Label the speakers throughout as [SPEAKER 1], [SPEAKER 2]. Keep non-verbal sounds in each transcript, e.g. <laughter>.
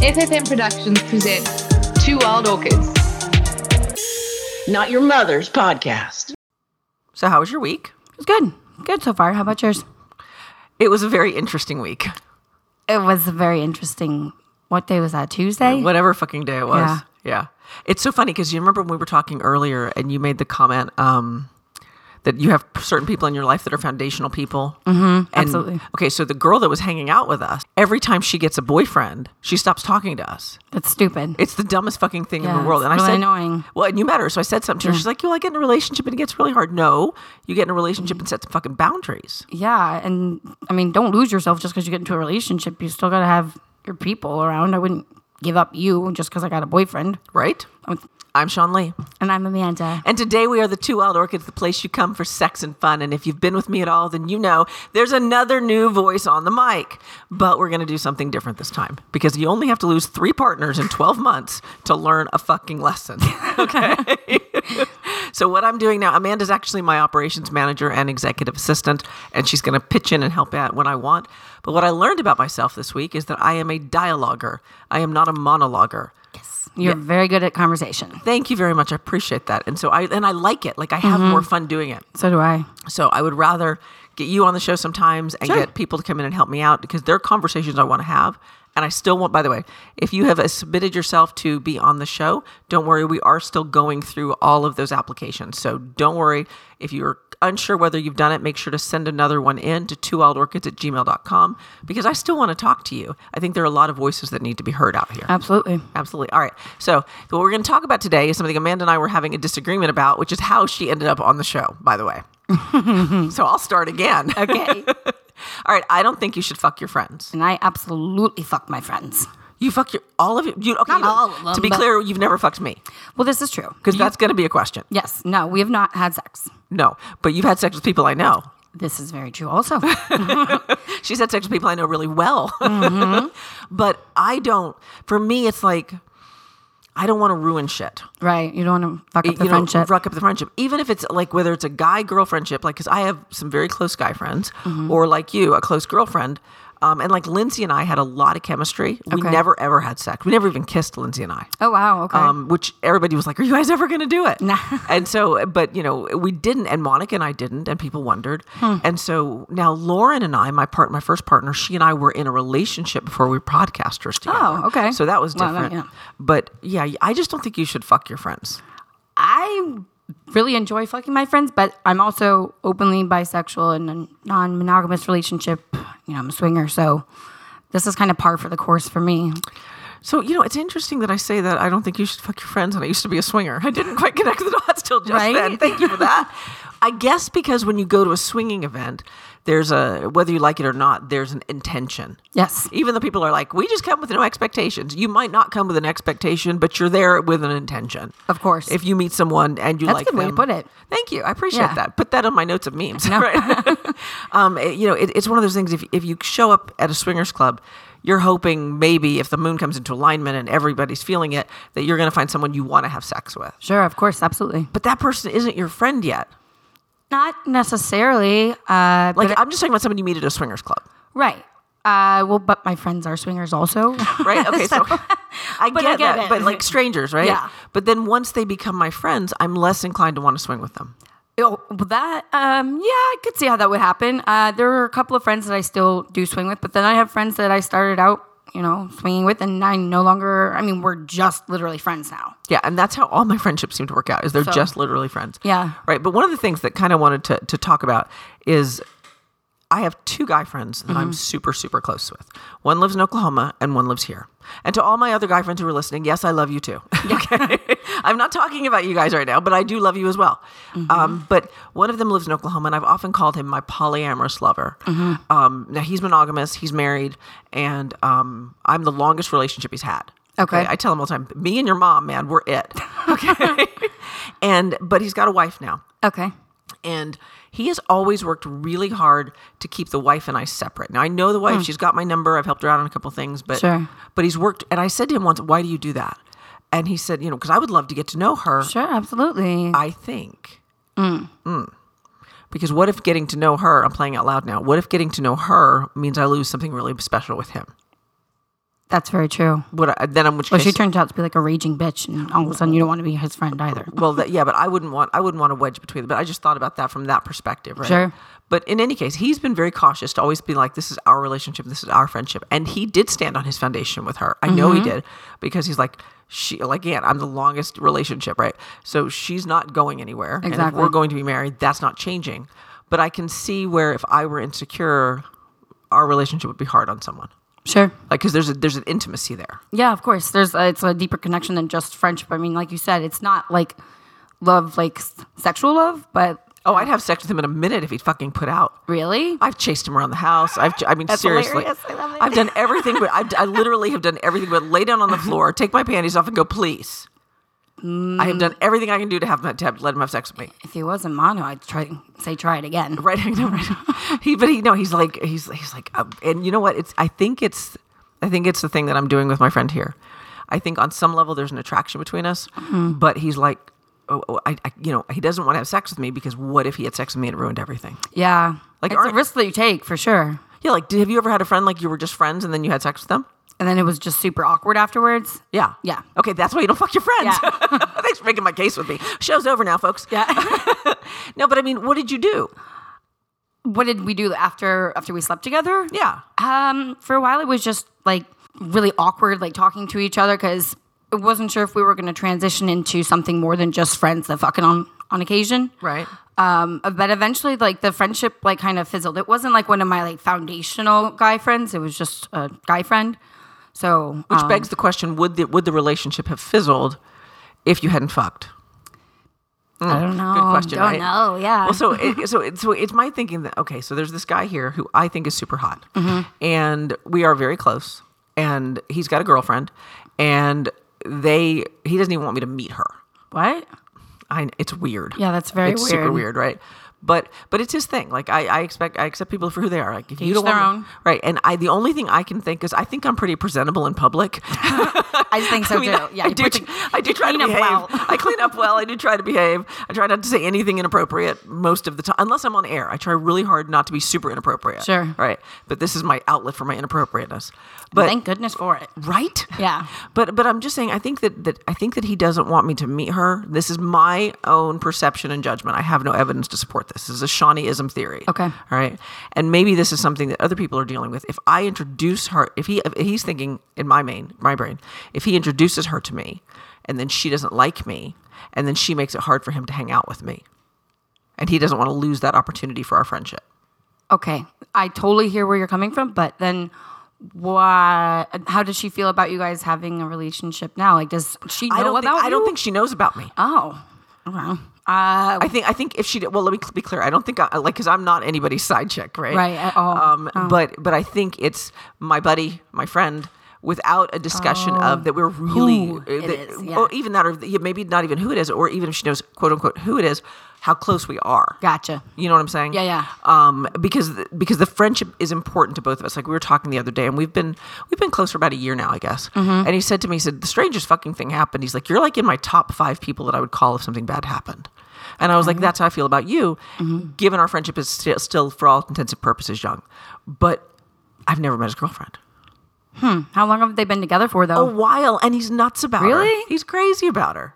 [SPEAKER 1] FFM Productions presents Two Wild Orchids.
[SPEAKER 2] Not Your Mother's Podcast.
[SPEAKER 3] So, how was your week?
[SPEAKER 4] It was good. Good so far. How about yours?
[SPEAKER 3] It was a very interesting week.
[SPEAKER 4] It was very interesting. What day was that? Tuesday?
[SPEAKER 3] Whatever fucking day it was. Yeah.
[SPEAKER 4] Yeah.
[SPEAKER 3] It's so funny because you remember when we were talking earlier and you made the comment um, that you have certain people in your life that are foundational people. Mm-hmm,
[SPEAKER 4] absolutely.
[SPEAKER 3] Okay, so the girl that was hanging out with us, every time she gets a boyfriend, she stops talking to us.
[SPEAKER 4] That's stupid.
[SPEAKER 3] It's the dumbest fucking thing in
[SPEAKER 4] Yeah,
[SPEAKER 3] the world.
[SPEAKER 4] it's
[SPEAKER 3] And I
[SPEAKER 4] really
[SPEAKER 3] said,
[SPEAKER 4] annoying.
[SPEAKER 3] Well, and you met her, so I said something to her. She's like, "You, well, I get in a relationship and it gets really hard." No, you get in a relationship and set some fucking boundaries.
[SPEAKER 4] yeah. And I mean, don't lose yourself just because you get into a relationship. You still got to have your people around. I wouldn't give up you just because I got a boyfriend.
[SPEAKER 3] Right? I'm Sean Lee.
[SPEAKER 4] And I'm Amanda.
[SPEAKER 3] And today we are the Two Wild Orchids, the place you come for sex and fun. And if you've been with me at all, then you know there's another new voice on the mic. But we're going to do something different this time because you only have to lose three partners in 12 months to learn a fucking lesson. Okay. <laughs> so, what I'm doing now, Amanda's actually my operations manager and executive assistant, and she's going to pitch in and help out when I want. But what I learned about myself this week is that I am a dialoguer, I am not a monologuer.
[SPEAKER 4] You're very good at conversation.
[SPEAKER 3] Thank you very much. I appreciate that. And so I and I like it. Like I have more fun doing it.
[SPEAKER 4] So do I.
[SPEAKER 3] So I would rather get you on the show sometimes and get people to come in and help me out because there are conversations I want to have. And I still want, by the way, if you have uh, submitted yourself to be on the show, don't worry. We are still going through all of those applications. So don't worry. If you're unsure whether you've done it, make sure to send another one in to twowildorchids at gmail.com because I still want to talk to you. I think there are a lot of voices that need to be heard out here.
[SPEAKER 4] Absolutely.
[SPEAKER 3] Absolutely. All right. So, what we're going to talk about today is something Amanda and I were having a disagreement about, which is how she ended up on the show, by the
[SPEAKER 4] <laughs>
[SPEAKER 3] way. so, I'll start again.
[SPEAKER 4] Okay.
[SPEAKER 3] <laughs> All right. I don't think you should fuck your friends.
[SPEAKER 4] <laughs> and I absolutely fuck my friends.
[SPEAKER 3] You fuck your, all of you. you okay,
[SPEAKER 4] Not
[SPEAKER 3] you don't-
[SPEAKER 4] all of them,
[SPEAKER 3] To be
[SPEAKER 4] but-
[SPEAKER 3] clear, you've never fucked me
[SPEAKER 4] Well, this is true.
[SPEAKER 3] because that's going to be a question.
[SPEAKER 4] Yes. No, we have not had sex.
[SPEAKER 3] No. But you've had sex with people I know.
[SPEAKER 4] This is very true <laughs> also.
[SPEAKER 3] She's had sex with people I know really well. <laughs>
[SPEAKER 4] Mm-hmm.
[SPEAKER 3] but I don't, for me, it's like, I don't want to ruin shit.
[SPEAKER 4] right. You don't want to fuck up the
[SPEAKER 3] you know,
[SPEAKER 4] friendship.
[SPEAKER 3] fuck up the friendship. Even if it's like whether it's a guy girl friendship, like because I have some very close guy friends,
[SPEAKER 4] Mm-hmm.
[SPEAKER 3] or like you, a close girlfriend. Um, and like Lindsay and I had a lot of chemistry. We
[SPEAKER 4] Okay.
[SPEAKER 3] never ever had sex. We never even kissed Lindsay and I.
[SPEAKER 4] oh, wow. Okay.
[SPEAKER 3] Um, which everybody was like, "Are you guys ever going to do
[SPEAKER 4] <laughs>
[SPEAKER 3] it?" and so, but you know, we didn't, and Monica and I didn't, and people wondered.
[SPEAKER 4] Hmm.
[SPEAKER 3] And so now, Lauren and I, my part, my first partner, she and I were in a relationship before we were podcasters together.
[SPEAKER 4] Oh, okay.
[SPEAKER 3] So that was
[SPEAKER 4] Wow,
[SPEAKER 3] different.
[SPEAKER 4] that- yeah.
[SPEAKER 3] But yeah, I just don't think you should fuck your friends.
[SPEAKER 4] I really enjoy fucking my friends, but I'm also openly bisexual in a non monogamous relationship. You know, I'm a swinger, so this is kind of par for the course for me.
[SPEAKER 3] So, you know, it's interesting that I say that I don't think you should fuck your friends, and I used to be a swinger. I didn't quite connect the dots till just
[SPEAKER 4] Right?
[SPEAKER 3] then. Thank you for
[SPEAKER 4] <laughs>
[SPEAKER 3] that. I guess because when you go to a swinging event, there's a, whether you like it or not, there's an intention.
[SPEAKER 4] Yes.
[SPEAKER 3] Even though people are like, we just come with no expectations. You might not come with an expectation, but you're there with an intention.
[SPEAKER 4] Of course.
[SPEAKER 3] If you meet someone and you
[SPEAKER 4] That's a
[SPEAKER 3] like
[SPEAKER 4] good way to
[SPEAKER 3] them-
[SPEAKER 4] put it.
[SPEAKER 3] Thank you. I appreciate
[SPEAKER 4] Yeah.
[SPEAKER 3] that. Put that on my notes of memes.
[SPEAKER 4] <laughs>
[SPEAKER 3] right? um, it- you know, it, it's one of those things. If, if you show up at a swingers club, you're hoping maybe if the moon comes into alignment and everybody's feeling it, that you're going to find someone you want to have sex with.
[SPEAKER 4] Sure, of course, absolutely.
[SPEAKER 3] But that person isn't your friend yet.
[SPEAKER 4] Not necessarily. Uh,
[SPEAKER 3] Like
[SPEAKER 4] but-
[SPEAKER 3] I'm just talking about someone you meet at a swingers club,
[SPEAKER 4] right. Uh, well, but my friends are swingers also. <laughs>
[SPEAKER 3] right? Okay, so, <laughs> I,
[SPEAKER 4] But
[SPEAKER 3] get
[SPEAKER 4] I get
[SPEAKER 3] that,
[SPEAKER 4] it.
[SPEAKER 3] but like strangers, right?
[SPEAKER 4] Yeah.
[SPEAKER 3] But then once they become my friends, I'm less inclined to want to swing with them.
[SPEAKER 4] Oh, well, that, um, yeah, I could see how that would happen. Uh, there are a couple of friends that I still do swing with, but then I have friends that I started out, you know, swinging with, and I no longer, I mean, we're just literally friends now.
[SPEAKER 3] Yeah, and that's how all my friendships seem to work out is they're
[SPEAKER 4] So-
[SPEAKER 3] just literally friends.
[SPEAKER 4] Yeah.
[SPEAKER 3] Right. But one of the things that kind of wanted to, to talk about is I have two guy friends that I'm super, super close with. One lives in Oklahoma and one lives here. And to all my other guy friends who are listening, yes, I love you too. <laughs> okay. I'm not talking about you guys right now, but I do love you as well. Um, but one of them lives in Oklahoma, and I've often called him my polyamorous lover. Um, now, he's monogamous, he's married, and um, I'm the longest relationship he's had.
[SPEAKER 4] Okay.
[SPEAKER 3] I tell him all the time, me and your mom, man, we're it. Okay. <laughs> and, but he's got a wife now.
[SPEAKER 4] Okay.
[SPEAKER 3] And he has always worked really hard to keep the wife and I separate. Now I know the wife; she's got my number. I've helped her out on a couple things, but
[SPEAKER 4] Hmm. Sure.
[SPEAKER 3] but he's worked. And I said to him once, "Why do you do that?" And he said, "You know, because I would love to get to know her.
[SPEAKER 4] Sure, absolutely.
[SPEAKER 3] I think, Mm. because what if getting to know her? I'm playing out loud now. What if getting to know her means I lose something really special with him?
[SPEAKER 4] That's very true.
[SPEAKER 3] What I, then? In which
[SPEAKER 4] Well,
[SPEAKER 3] case,
[SPEAKER 4] she turns out to be like a raging bitch, and all of a sudden you don't want to be his friend either.
[SPEAKER 3] well, that, yeah, but I wouldn't want I wouldn't want a wedge between them. But I just thought about that from that perspective, right?
[SPEAKER 4] Sure.
[SPEAKER 3] But in any case, he's been very cautious to always be like, "This is our relationship. This is our friendship." And he did stand on his foundation with her. I know he
[SPEAKER 4] Mm-hmm.
[SPEAKER 3] did because he's like, "She like, yeah, I'm the longest relationship, right? So she's not going anywhere. And if
[SPEAKER 4] Exactly.
[SPEAKER 3] we're going to be married. That's not changing." But I can see where if I were insecure, our relationship would be hard on someone,
[SPEAKER 4] Sure.
[SPEAKER 3] like because there's a, there's an intimacy there.
[SPEAKER 4] Yeah, of course. There's a, it's a deeper connection than just friendship. I mean, like you said, it's not like love, like s- sexual love, but
[SPEAKER 3] Oh, I'd have sex with him in a minute if he'd fucking put out.
[SPEAKER 4] really,
[SPEAKER 3] I've chased him around the house. I've, ch- I mean, seriously,
[SPEAKER 4] hilarious. I love it.
[SPEAKER 3] have done everything, but I've, I literally have done everything but lay down on the
[SPEAKER 4] <laughs>
[SPEAKER 3] floor, take my panties off, and go, please. I have
[SPEAKER 4] Mm.
[SPEAKER 3] done everything I can do to have him to have, let him have sex with me.
[SPEAKER 4] if he wasn't mono, I'd try say try it again.
[SPEAKER 3] Right? <laughs> I know, right? He, but he, no, he's like, he's, he's like, um, and you know what? It's, I think it's, I think it's the thing that I'm doing with my friend here. I think on some level there's an attraction between us,
[SPEAKER 4] Mm-hmm.
[SPEAKER 3] but he's like, oh, oh, I, I, you know, he doesn't want to have sex with me because what if he had sex with me and it ruined everything?
[SPEAKER 4] Yeah,
[SPEAKER 3] Like,
[SPEAKER 4] like it's a
[SPEAKER 3] aren't-
[SPEAKER 4] risk that you take for sure.
[SPEAKER 3] Yeah, like, did, have you ever had a friend like you were just friends and then you had sex with them?
[SPEAKER 4] And then it was just super awkward afterwards.
[SPEAKER 3] Yeah.
[SPEAKER 4] Yeah.
[SPEAKER 3] Okay, that's why you don't fuck your friends. <laughs> Thanks for making my case with me. Show's over now, folks.
[SPEAKER 4] Yeah.
[SPEAKER 3] <laughs>
[SPEAKER 4] <laughs>
[SPEAKER 3] No, but I mean, what did you do?
[SPEAKER 4] what did we do after after we slept together?
[SPEAKER 3] Yeah.
[SPEAKER 4] Um, for a while it was just like really awkward, like talking to each other because I wasn't sure if we were going to transition into something more than just friends that fucking on on occasion.
[SPEAKER 3] Right.
[SPEAKER 4] Um, but eventually, like the friendship, like kind of fizzled. It wasn't like one of my like foundational guy friends. It was just a guy friend. So
[SPEAKER 3] Which
[SPEAKER 4] um,
[SPEAKER 3] begs the question, would the would the relationship have fizzled if you hadn't fucked?
[SPEAKER 4] I don't know.
[SPEAKER 3] Hmm. Good question.
[SPEAKER 4] Oh, Don't
[SPEAKER 3] right?
[SPEAKER 4] know. Yeah.
[SPEAKER 3] Well, so
[SPEAKER 4] <laughs>
[SPEAKER 3] it, so it, so it's my thinking that okay, so there's this guy here who I think is super hot,
[SPEAKER 4] Mm-hmm.
[SPEAKER 3] and we are very close, and he's got a girlfriend, and they he doesn't even want me to meet her.
[SPEAKER 4] what?
[SPEAKER 3] I it's weird.
[SPEAKER 4] Yeah, that's very
[SPEAKER 3] it's super
[SPEAKER 4] weird.
[SPEAKER 3] weird, right? But but it's his thing. Like I, I expect I accept people for who they are. Like if you
[SPEAKER 4] each
[SPEAKER 3] don't
[SPEAKER 4] their
[SPEAKER 3] want
[SPEAKER 4] own.
[SPEAKER 3] right? And I the only thing I can think is I think I'm pretty presentable in public. <laughs>
[SPEAKER 4] I think so
[SPEAKER 3] I mean,
[SPEAKER 4] too.
[SPEAKER 3] I,
[SPEAKER 4] yeah,
[SPEAKER 3] I
[SPEAKER 4] you
[SPEAKER 3] do.
[SPEAKER 4] put the-
[SPEAKER 3] I do
[SPEAKER 4] you
[SPEAKER 3] try to
[SPEAKER 4] clean up
[SPEAKER 3] behave.
[SPEAKER 4] well.
[SPEAKER 3] <laughs> I clean up well. I do try to behave. I try not to say anything inappropriate most of the time, unless I'm on air. I try really hard not to be super inappropriate.
[SPEAKER 4] Sure.
[SPEAKER 3] Right. But this is my outlet for my inappropriateness. But
[SPEAKER 4] Thank goodness for it.
[SPEAKER 3] right
[SPEAKER 4] Yeah.
[SPEAKER 3] but but i'm just saying i think that that i think that he doesn't want me to meet her this is my own perception and judgment i have no evidence to support this this is a shawneeism theory
[SPEAKER 4] Okay.
[SPEAKER 3] all right and maybe this is something that other people are dealing with if i introduce her if he if he's thinking in my main my brain if he introduces her to me and then she doesn't like me and then she makes it hard for him to hang out with me and he doesn't want to lose that opportunity for our friendship
[SPEAKER 4] Okay, I totally hear where you're coming from, but then why? How does she feel about you guys having a relationship now? Like, does she know
[SPEAKER 3] I don't,
[SPEAKER 4] about
[SPEAKER 3] think, I don't
[SPEAKER 4] you?
[SPEAKER 3] think she knows about me.
[SPEAKER 4] Oh, okay. Uh,
[SPEAKER 3] I think I think if she did, well, let me cl- be clear. I don't think I like because I'm not anybody's side chick, right?
[SPEAKER 4] Right, at all. Oh.
[SPEAKER 3] Um, but but I think it's my buddy, my friend, without a discussion of that we're really,
[SPEAKER 4] Oh. Who
[SPEAKER 3] uh,
[SPEAKER 4] it
[SPEAKER 3] that-
[SPEAKER 4] is, yeah.
[SPEAKER 3] or even that, or yeah, maybe not even who it is, or even if she knows quote unquote who it is, how close we are.
[SPEAKER 4] gotcha.
[SPEAKER 3] You know what I'm saying?
[SPEAKER 4] Yeah, yeah.
[SPEAKER 3] Um, because the, because the friendship is important to both of us. Like we were talking the other day, and we've been we've been close for about a year now, I guess.
[SPEAKER 4] Mm-hmm.
[SPEAKER 3] And he said to me, he said the strangest fucking thing happened. He's like, you're like in my top five people that I would call if something bad happened. And I was
[SPEAKER 4] Oh.
[SPEAKER 3] like, that's how I feel about you.
[SPEAKER 4] Mm-hmm.
[SPEAKER 3] Given our friendship is sti- still, for all intents and purposes, young, but I've never met his girlfriend.
[SPEAKER 4] How long have they been together for
[SPEAKER 3] A
[SPEAKER 4] though?
[SPEAKER 3] while, and he's nuts about her.
[SPEAKER 4] Oh. Really?
[SPEAKER 3] He's crazy about her.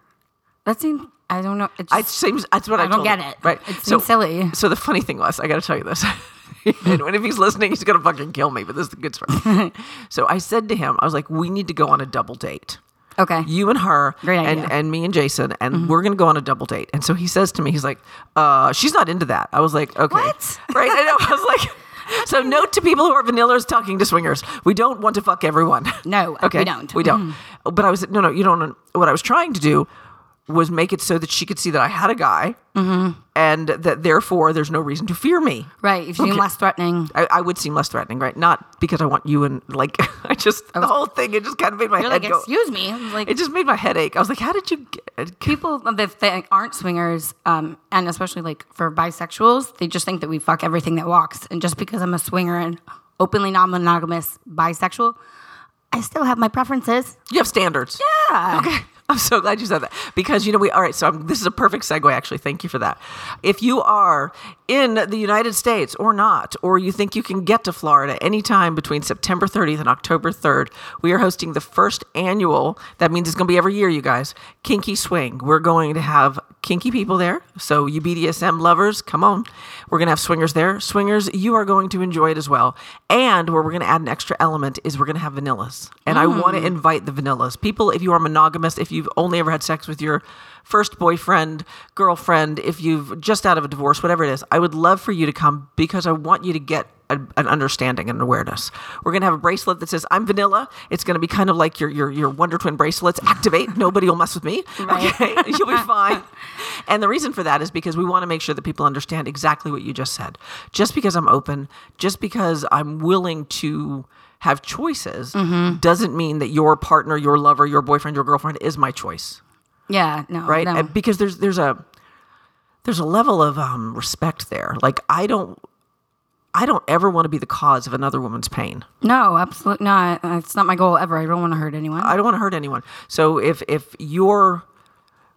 [SPEAKER 4] that seems. I don't know. It
[SPEAKER 3] It
[SPEAKER 4] just,
[SPEAKER 3] seems that's what I,
[SPEAKER 4] I don't
[SPEAKER 3] told
[SPEAKER 4] get
[SPEAKER 3] him,
[SPEAKER 4] it.
[SPEAKER 3] Right?
[SPEAKER 4] It seems silly.
[SPEAKER 3] So the funny thing was, I got to tell you this. <laughs> and if he's listening, he's gonna fucking kill me. But this is the good
[SPEAKER 4] <laughs>
[SPEAKER 3] story. so I said to him, I was like, "We need to go on a double date.
[SPEAKER 4] okay.
[SPEAKER 3] You and her,
[SPEAKER 4] Great
[SPEAKER 3] and
[SPEAKER 4] idea. Mm-hmm.
[SPEAKER 3] and me and Jason, and we're gonna go on a double date." And so he says to me, he's like, "Uh, she's not into that." I was like, "Okay,
[SPEAKER 4] What?
[SPEAKER 3] <laughs> right?" I know. I was like.
[SPEAKER 4] <laughs>
[SPEAKER 3] So note to people who are vanillas talking to swingers, we don't want to fuck everyone.
[SPEAKER 4] <laughs> No, we don't. Mm-hmm.
[SPEAKER 3] We don't. But I was no, no. You don't. What I was trying to do was make it so that she could see that I had a guy, and that therefore there's no reason to fear me.
[SPEAKER 4] Mm-hmm. right. If she seem
[SPEAKER 3] Okay.
[SPEAKER 4] less threatening.
[SPEAKER 3] I, I would seem less threatening, right? Not because I want you and like <laughs> I just the whole thing. It just kind of made my
[SPEAKER 4] You're
[SPEAKER 3] head
[SPEAKER 4] like,
[SPEAKER 3] go.
[SPEAKER 4] excuse me. Like
[SPEAKER 3] It just made my head ache. I was like, how did you? Get,
[SPEAKER 4] people that they aren't swingers, um, and especially like for bisexuals, they just think that we fuck everything that walks. And just because I'm a swinger and openly non-monogamous bisexual, I still have my preferences.
[SPEAKER 3] you have standards.
[SPEAKER 4] Yeah. Okay.
[SPEAKER 3] I'm so glad you said that because you know we all right. So I'm, this is a perfect segue. Actually, thank you for that. If you are in the United States or not, or you think you can get to Florida anytime between September 30th and October 3rd, we are hosting the first annual. That means it's going to be every year, you guys. Kinky Swing. We're going to have kinky people there. So you BDSM lovers, come on. We're going to have swingers there. Swingers, you are going to enjoy it as well. And where we're going to add an extra element is we're going to have vanillas. And I want to invite the vanillas. People, if you are monogamous, if you've only ever had sex with your first boyfriend, girlfriend, if you've just out of a divorce, whatever it is, I would love for you to come because I want you to get a, an understanding and an awareness. We're going to have a bracelet that says "I'm vanilla." It's going to be kind of like your your your Wonder Twin bracelets. Activate. Nobody will mess with me. Okay, you'll be fine. And the reason for that is because we want to make sure that people understand exactly what you just said. Just because I'm open, just because I'm willing to have choices, doesn't mean that your partner, your lover, your boyfriend, your girlfriend is my choice
[SPEAKER 4] Yeah, no,
[SPEAKER 3] right
[SPEAKER 4] no.
[SPEAKER 3] Uh, because there's there's a there's a level of um, respect there like i don't i don't ever want to be the cause of another woman's pain
[SPEAKER 4] No, absolutely not. It's not my goal ever. I don't want to hurt anyone.
[SPEAKER 3] i don't want to hurt anyone so if if you're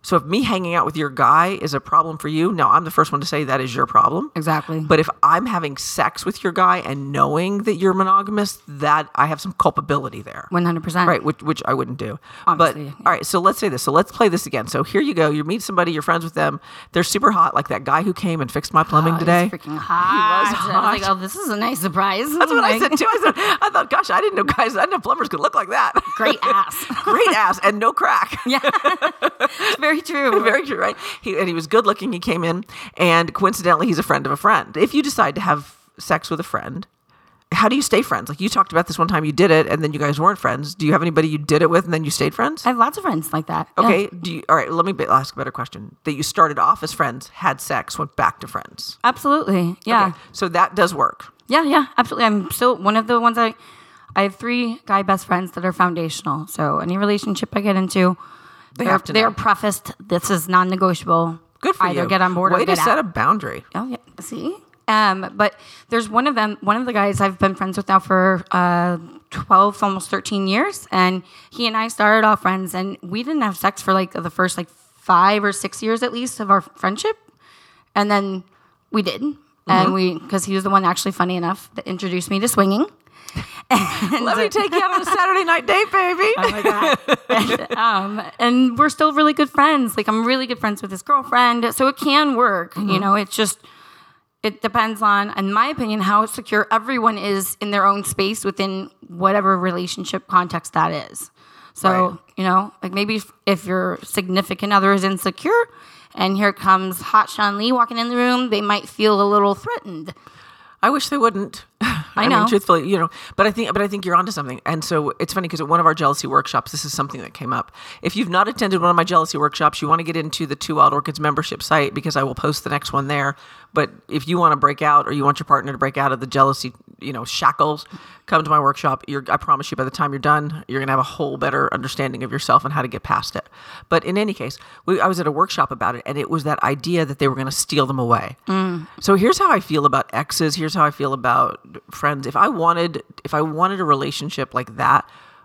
[SPEAKER 3] so if me hanging out with your guy is a problem for you no i'm the first one to say that is your problem
[SPEAKER 4] exactly.
[SPEAKER 3] but if i'm having sex with your guy and knowing that you're monogamous that i have some culpability there
[SPEAKER 4] One hundred percent.
[SPEAKER 3] Right, which which I wouldn't do.
[SPEAKER 4] Obviously,
[SPEAKER 3] but
[SPEAKER 4] yeah.
[SPEAKER 3] all right, so let's say this. So let's play this again. So here you go. You meet somebody, you're friends with them. They're super hot, like that guy who came and fixed my plumbing today.
[SPEAKER 4] Oh, Ah, Freaking hot. I was
[SPEAKER 3] hot.
[SPEAKER 4] like, oh, this is a nice surprise.
[SPEAKER 3] That's what I said too. I said I thought, gosh, I didn't know guys, I didn't know plumbers could look like that.
[SPEAKER 4] Great ass.
[SPEAKER 3] <laughs>
[SPEAKER 4] <laughs>
[SPEAKER 3] Great ass and no crack.
[SPEAKER 4] yeah, it's very
[SPEAKER 3] <laughs>
[SPEAKER 4] true.
[SPEAKER 3] Very true, right? He and he was good looking. He came in, and coincidentally, he's a friend of a friend. If you decide to have sex with a friend, how do you stay friends? Like you talked about this one time, you did it, and then you guys weren't friends. Do you have anybody you did it with, and then you stayed friends?
[SPEAKER 4] I have lots of friends like that. Yeah.
[SPEAKER 3] Okay. Do you, all right. Let me be, ask a better question. That you started off as friends, had sex, went back to friends.
[SPEAKER 4] absolutely. Yeah,
[SPEAKER 3] Okay, so that does work.
[SPEAKER 4] yeah, yeah. Absolutely. I'm still one of the ones I. I have three guy best friends that are foundational. So any relationship I get into, they are
[SPEAKER 3] have to
[SPEAKER 4] they
[SPEAKER 3] know.
[SPEAKER 4] are prefaced. This is non-negotiable.
[SPEAKER 3] Good for
[SPEAKER 4] Either
[SPEAKER 3] you.
[SPEAKER 4] get on board
[SPEAKER 3] Way
[SPEAKER 4] or get
[SPEAKER 3] to set
[SPEAKER 4] out.
[SPEAKER 3] a
[SPEAKER 4] <laughs>
[SPEAKER 3] boundary.
[SPEAKER 4] Oh yeah, see. Um, but there's one of them, one of the guys I've been friends with now for uh, 12, almost 13 years, and he and I started off friends, and we didn't have sex for like the first like five or six years at least of our friendship, and then we did,
[SPEAKER 3] Mm-hmm.
[SPEAKER 4] and we because he was the one actually funny enough that introduced me to swinging. <laughs>
[SPEAKER 3] Let me take you out on a Saturday night date, baby.
[SPEAKER 4] and we're still really good friends. Like I'm really good friends with his girlfriend, so it can work.
[SPEAKER 3] Mm-hmm.
[SPEAKER 4] You know, it's just it depends on, in my opinion, how secure everyone is in their own space within whatever relationship context that is. So
[SPEAKER 3] Right.
[SPEAKER 4] you know, like maybe if, if your significant other is insecure. And here comes Hot Sean Lee walking in the room. They might feel a little threatened.
[SPEAKER 3] I wish they wouldn't. <laughs> I,
[SPEAKER 4] know.
[SPEAKER 3] Mean, truthfully, you know, but I think, but I think you're onto something. And so it's funny because at one of our jealousy workshops, this is something that came up. If you've not attended one of my jealousy workshops, you want to get into the Two Wild Orchids membership site because I will post the next one there. But if you want to break out or you want your partner to break out of the jealousy, you know, shackles, come to my workshop. You're, I promise you, by the time you're done, you're going to have a whole better understanding of yourself and how to get past it. But in any case, we, I was at a workshop about it, and it was that idea that they were going to steal them away.
[SPEAKER 4] Mm.
[SPEAKER 3] So here's how I feel about exes. Here's how I feel about friends. If I wanted, if I wanted a relationship like that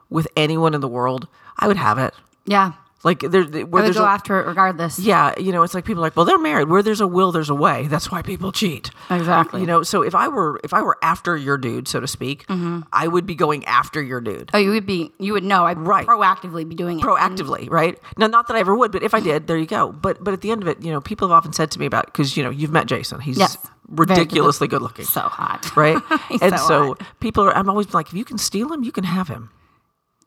[SPEAKER 3] with anyone in the world, I would have it.
[SPEAKER 4] Yeah,
[SPEAKER 3] Like there, there- where
[SPEAKER 4] I would
[SPEAKER 3] there's
[SPEAKER 4] go
[SPEAKER 3] a,
[SPEAKER 4] after it regardless.
[SPEAKER 3] yeah, you know, it's like people are like, well, they're married. Where there's a will, there's a way. That's why people cheat.
[SPEAKER 4] Exactly.
[SPEAKER 3] You know, so if I were, if I were after your dude, so to speak,
[SPEAKER 4] Mm-hmm.
[SPEAKER 3] I would be going after your dude.
[SPEAKER 4] Oh, you would be. You would know. I'd
[SPEAKER 3] Right.
[SPEAKER 4] proactively be doing it.
[SPEAKER 3] proactively, right? Now, not that I ever would, but if I did, there you go. But but at the end of it, you know, people have often said to me about because you know you've met Jason, he's
[SPEAKER 4] Yes. Very good
[SPEAKER 3] ridiculously good looking,
[SPEAKER 4] so hot. <laughs>
[SPEAKER 3] right?
[SPEAKER 4] He's
[SPEAKER 3] and
[SPEAKER 4] so
[SPEAKER 3] so,
[SPEAKER 4] hot.
[SPEAKER 3] people are. I'm always like, if you can steal him, you can have him,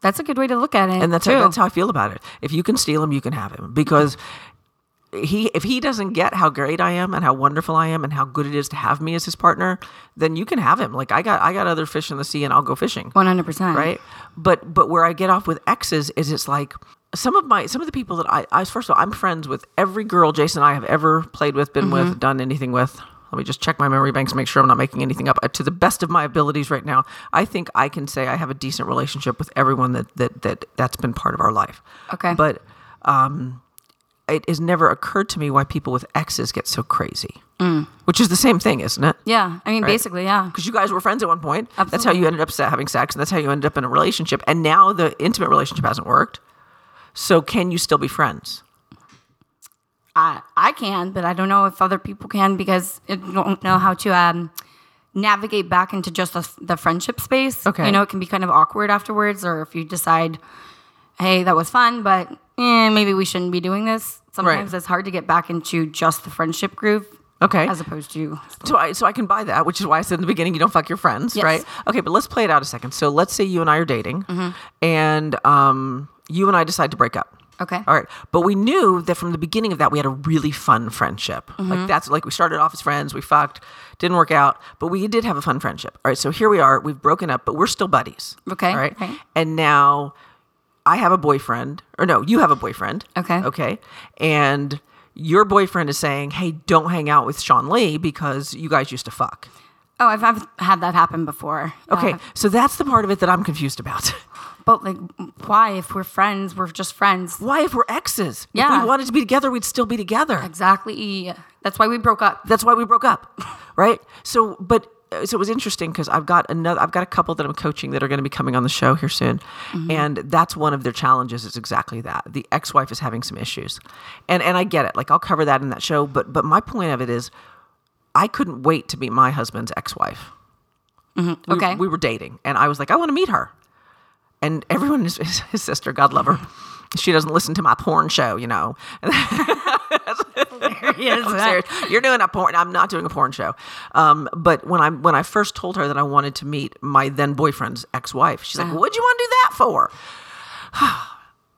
[SPEAKER 4] That's a good way to look at it.
[SPEAKER 3] and that's
[SPEAKER 4] too.
[SPEAKER 3] how, that's how I feel about it. If you can steal him, you can have him because. He, if he doesn't get how great I am and how wonderful I am and how good it is to have me as his partner, then you can have him. Like I got, I got other fish in the sea, and I'll go fishing.
[SPEAKER 4] One hundred percent.
[SPEAKER 3] right but but where i get off with exes is it's like some of my some of the people that i i first of all i'm friends with every girl jason and i have ever played with been with done anything with let me just check my memory banks make sure i'm not making anything up Uh, to the best of my abilities right now i think i can say i have a decent relationship with everyone that that, that that's been part of our life
[SPEAKER 4] Okay.
[SPEAKER 3] but um it has never occurred to me why people with exes get so crazy which is the same thing isn't it
[SPEAKER 4] Yeah. I mean, basically, yeah.
[SPEAKER 3] because you guys were friends at one point. That's how you ended up sa- having sex, and that's how you ended up in a relationship. And now the intimate relationship hasn't worked. So can you still be friends?
[SPEAKER 4] I I can, but I don't know if other people can because I don't know how to um, navigate back into just the, the friendship space.
[SPEAKER 3] Okay.
[SPEAKER 4] you know it can be kind of awkward afterwards, or if you decide, hey, that was fun, but eh, maybe we shouldn't be doing this. Sometimes it's hard to get back into just the friendship groove
[SPEAKER 3] Okay.
[SPEAKER 4] as opposed to
[SPEAKER 3] So I, so I can buy that, which is why I said in the beginning, you don't fuck your friends,
[SPEAKER 4] Yes.
[SPEAKER 3] right? Okay, but let's play it out a second. So let's say you and I are dating,
[SPEAKER 4] Mm-hmm.
[SPEAKER 3] and um, you and I decide to break up.
[SPEAKER 4] okay.
[SPEAKER 3] All right, but we knew that from the beginning of that we had a really fun friendship.
[SPEAKER 4] Mm-hmm.
[SPEAKER 3] Like that's like we started off as friends, we fucked, didn't work out, but we did have a fun friendship. All right, so here we are, we've broken up, but we're still buddies.
[SPEAKER 4] Okay,
[SPEAKER 3] all right,
[SPEAKER 4] right.
[SPEAKER 3] and now I have a boyfriend, or no, you have a boyfriend.
[SPEAKER 4] Okay.
[SPEAKER 3] Okay. And your boyfriend is saying, hey, don't hang out with Sean Lee because you guys used to fuck.
[SPEAKER 4] Oh, I've, I've had that happen before.
[SPEAKER 3] Okay.
[SPEAKER 4] Uh,
[SPEAKER 3] so that's the part of it that I'm confused about. <laughs>
[SPEAKER 4] but like, why? If we're friends, we're just friends.
[SPEAKER 3] Why, if we're exes, if
[SPEAKER 4] Yeah.
[SPEAKER 3] we wanted to be together, we'd still be together.
[SPEAKER 4] Exactly. That's why we broke up.
[SPEAKER 3] That's why we broke up, right? So, but uh, so it was interesting because I've got another, I've got a couple that I'm coaching that are going to be coming on the show here soon, and that's one of their challenges is exactly that. The ex-wife is having some issues, and and I get it. Like I'll cover that in that show, but but my point of it is, I couldn't wait to meet my husband's ex-wife. We-
[SPEAKER 4] Okay.
[SPEAKER 3] we were dating, and I was like, I want to meet her and everyone is <laughs> is his sister. God love her. She doesn't listen to my porn show, you know.
[SPEAKER 4] <laughs>
[SPEAKER 3] I'm serious. You're doing a porn. I'm not doing a porn show. Um, but when I when I first told her that I wanted to meet my then boyfriend's ex wife, she's
[SPEAKER 4] Uh.
[SPEAKER 3] like, "What'd you want to do that for?" <sighs>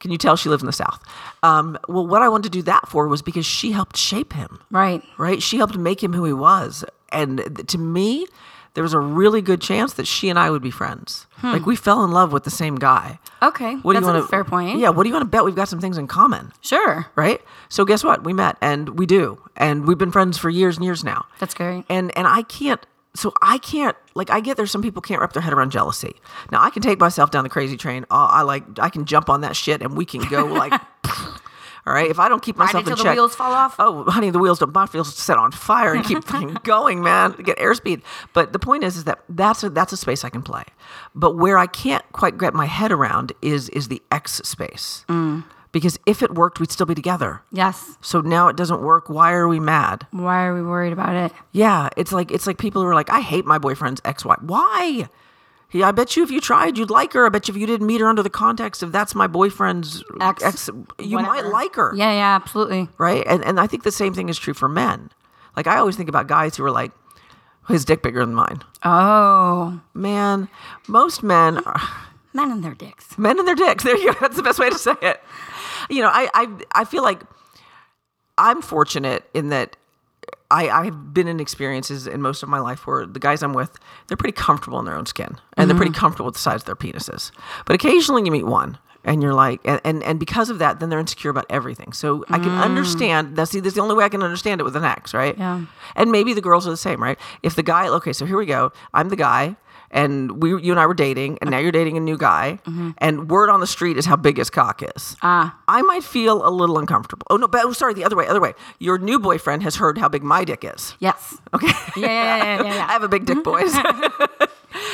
[SPEAKER 3] Can you tell she lives in the South? Um, well, what I wanted to do that for was because she helped shape him
[SPEAKER 4] Right.
[SPEAKER 3] right? She helped make him who he was. And th- to me, there was a really good chance that she and I would be friends. Like we fell in love with the same guy.
[SPEAKER 4] Hmm. Okay.
[SPEAKER 3] do
[SPEAKER 4] That's
[SPEAKER 3] you
[SPEAKER 4] a
[SPEAKER 3] wanna-
[SPEAKER 4] fair point.
[SPEAKER 3] Yeah. What do you want to bet? We've got some things in common,
[SPEAKER 4] Sure.
[SPEAKER 3] right? So guess what? We met and we do, and we've been friends for years and years now.
[SPEAKER 4] That's great.
[SPEAKER 3] And and I can't. So I can't like I get there's some people can't wrap their head around jealousy. Now I can take myself down the crazy train. Uh, I like I can jump on that shit and we can go
[SPEAKER 4] <laughs>
[SPEAKER 3] like. All right, if I don't keep myself
[SPEAKER 4] until
[SPEAKER 3] in
[SPEAKER 4] the
[SPEAKER 3] check,
[SPEAKER 4] wheels fall off?
[SPEAKER 3] Oh, honey, the wheels don't. My wheels set on fire and
[SPEAKER 4] <laughs>
[SPEAKER 3] keep fucking going, man. Get airspeed. But the point is, is that that's a, that's a space I can play. But where I can't quite get my head around is is the X space.
[SPEAKER 4] Mm.
[SPEAKER 3] Because if it worked, we'd still be together.
[SPEAKER 4] Yes.
[SPEAKER 3] So now it doesn't work. Why are we mad?
[SPEAKER 4] Why are we worried about it?
[SPEAKER 3] Yeah, it's like it's like people who are like, I hate my boyfriend's ex wife. Why? He, I bet you if you tried, you'd like her. I bet you if you didn't meet her under the context of that's my boyfriend's
[SPEAKER 4] Ex,
[SPEAKER 3] ex, you might
[SPEAKER 4] whatever.
[SPEAKER 3] like her
[SPEAKER 4] Yeah. Yeah. Absolutely.
[SPEAKER 3] right? And and I think the same thing is true for men. Like I always think about guys who are like, his dick bigger than mine.
[SPEAKER 4] Oh,
[SPEAKER 3] Man, most men, are,
[SPEAKER 4] men and their dicks.
[SPEAKER 3] men and their dicks. <laughs> There you go. That's the best way to say it. You know, I I I feel like I'm fortunate in that. I, I've been in experiences in most of my life where the guys I'm with, they're pretty comfortable in their own skin and they're pretty comfortable with the size of their penises. But occasionally you meet one and you're like, and, and, and because of that, then they're insecure about everything. So I can understand that. See, that's the only way I can understand it with an ex, right?
[SPEAKER 4] Yeah.
[SPEAKER 3] And maybe the girls are the same, right? If the guy, okay, so here we go. I'm the guy and we, you and I were dating and now you're dating a new guy and word on the street is how big his cock is.
[SPEAKER 4] Mm-hmm. Ah.
[SPEAKER 3] I might feel a little uncomfortable. Oh no, but oh, sorry, the other way, other way. Your new boyfriend has heard how big my dick is.
[SPEAKER 4] Yes.
[SPEAKER 3] Okay.
[SPEAKER 4] Yeah. Yeah. Yeah. Yeah. yeah,
[SPEAKER 3] <laughs> I have a big
[SPEAKER 4] <laughs>
[SPEAKER 3] dick, boys.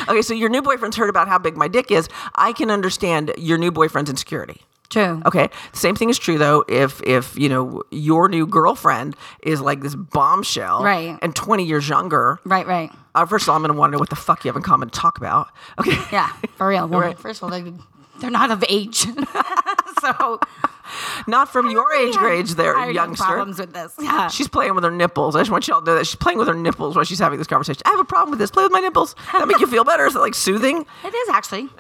[SPEAKER 3] okay, so your new boyfriend's heard about how big my dick is. I can understand your new boyfriend's insecurity.
[SPEAKER 4] True.
[SPEAKER 3] Okay. Same thing is true though. If if you know your new girlfriend is like this bombshell,
[SPEAKER 4] Right.
[SPEAKER 3] and twenty years younger,
[SPEAKER 4] Right. Right.
[SPEAKER 3] uh, first of all, I'm going to want to know what the fuck you have in common to talk about. Okay.
[SPEAKER 4] Yeah. For real. Well,
[SPEAKER 3] Right.
[SPEAKER 4] First of all, they, they're not of age. <laughs> so
[SPEAKER 3] <laughs> Not from your age grade,
[SPEAKER 4] I
[SPEAKER 3] there,
[SPEAKER 4] already have
[SPEAKER 3] youngster.
[SPEAKER 4] Problems
[SPEAKER 3] <laughs>
[SPEAKER 4] with this. Yeah.
[SPEAKER 3] She's playing with her nipples. I just want y'all to know that she's playing with her nipples while she's having this conversation. I have a problem with this. Play with my nipples. That make you feel better? Is it like soothing?
[SPEAKER 4] It is actually.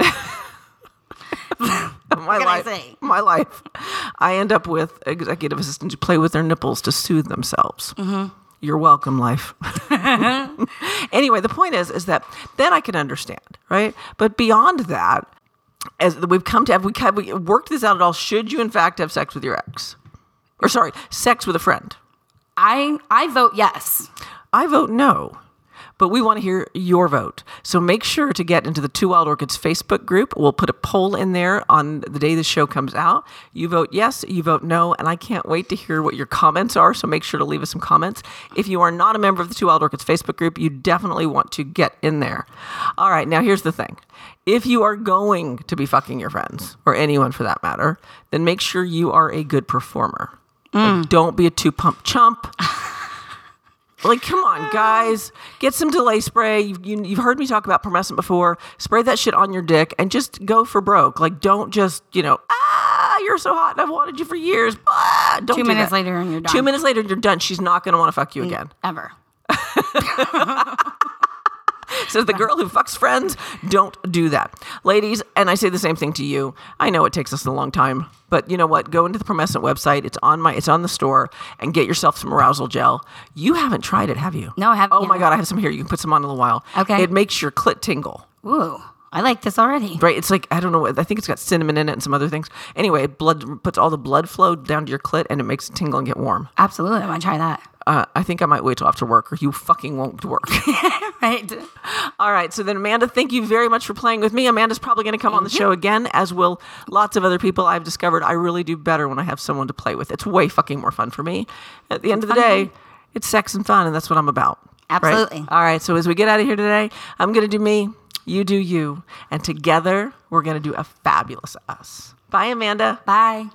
[SPEAKER 3] <laughs> My
[SPEAKER 4] can I
[SPEAKER 3] life.
[SPEAKER 4] say?
[SPEAKER 3] My life. I end up with executive assistants who play with their nipples to soothe themselves.
[SPEAKER 4] Mm-hmm.
[SPEAKER 3] You're welcome, life. <laughs> anyway, the point is, is that then I can understand, right? But beyond that, as we've come to have we, have we worked this out at all? Should you in fact have sex with your ex, or sorry, sex with a friend?
[SPEAKER 4] I I vote yes.
[SPEAKER 3] I vote no. but we want to hear your vote. So make sure to get into the Two Wild Orchids Facebook group. We'll put a poll in there on the day the show comes out. You vote yes, you vote no, and I can't wait to hear what your comments are. So make sure to leave us some comments. If you are not a member of the Two Wild Orchids Facebook group, you definitely want to get in there. All right, now here's the thing. If you are going to be fucking your friends, or anyone for that matter, then make sure you are a good performer. Like, don't be a two pump chump. like, come
[SPEAKER 4] Oh.
[SPEAKER 3] on, guys. Get some delay spray. You've, you, you've heard me talk about permescent before. Spray that shit on your dick and just go for broke. Like, don't just, you know, ah, you're so hot and I've wanted you for years. Ah, don't
[SPEAKER 4] Two
[SPEAKER 3] do
[SPEAKER 4] minutes
[SPEAKER 3] that.
[SPEAKER 4] later and you're done. Mm.
[SPEAKER 3] Two minutes later, you're done. She's not going to want to fuck you again.
[SPEAKER 4] Ever.
[SPEAKER 3] Says the girl who fucks friends. Don't do that. Ladies, and I say the same thing to you. I know it takes us a long time, but you know what? Go into the Promescent website. It's on my it's on the store and get yourself some arousal gel. You haven't tried it, have you?
[SPEAKER 4] No, I haven't
[SPEAKER 3] Oh my
[SPEAKER 4] yet.
[SPEAKER 3] god, I have some here. You can put some on in a little while.
[SPEAKER 4] Okay.
[SPEAKER 3] It makes your clit tingle.
[SPEAKER 4] Ooh, I like this already.
[SPEAKER 3] Right? It's like I don't know what I think it's got cinnamon in it and some other things. Anyway, it blood puts all the blood flow down to your clit and it makes it tingle and get warm.
[SPEAKER 4] Absolutely, I want to
[SPEAKER 3] <laughs>
[SPEAKER 4] try that.
[SPEAKER 3] Uh, I think I might wait till after work or you fucking won't work.
[SPEAKER 4] Right.
[SPEAKER 3] All right. So then, Amanda, thank you very much for playing with me. Amanda's probably going to come on the show again, as will lots of other people I've discovered. I really do better when I have someone to play with. It's way fucking more fun for me. At the end of the day, it's sex and fun, and that's what I'm about. right?
[SPEAKER 4] Absolutely.
[SPEAKER 3] All right. So as we get out of here today, I'm going to do me, you do you, and together we're going to do a fabulous us. Bye, Amanda.
[SPEAKER 4] Bye.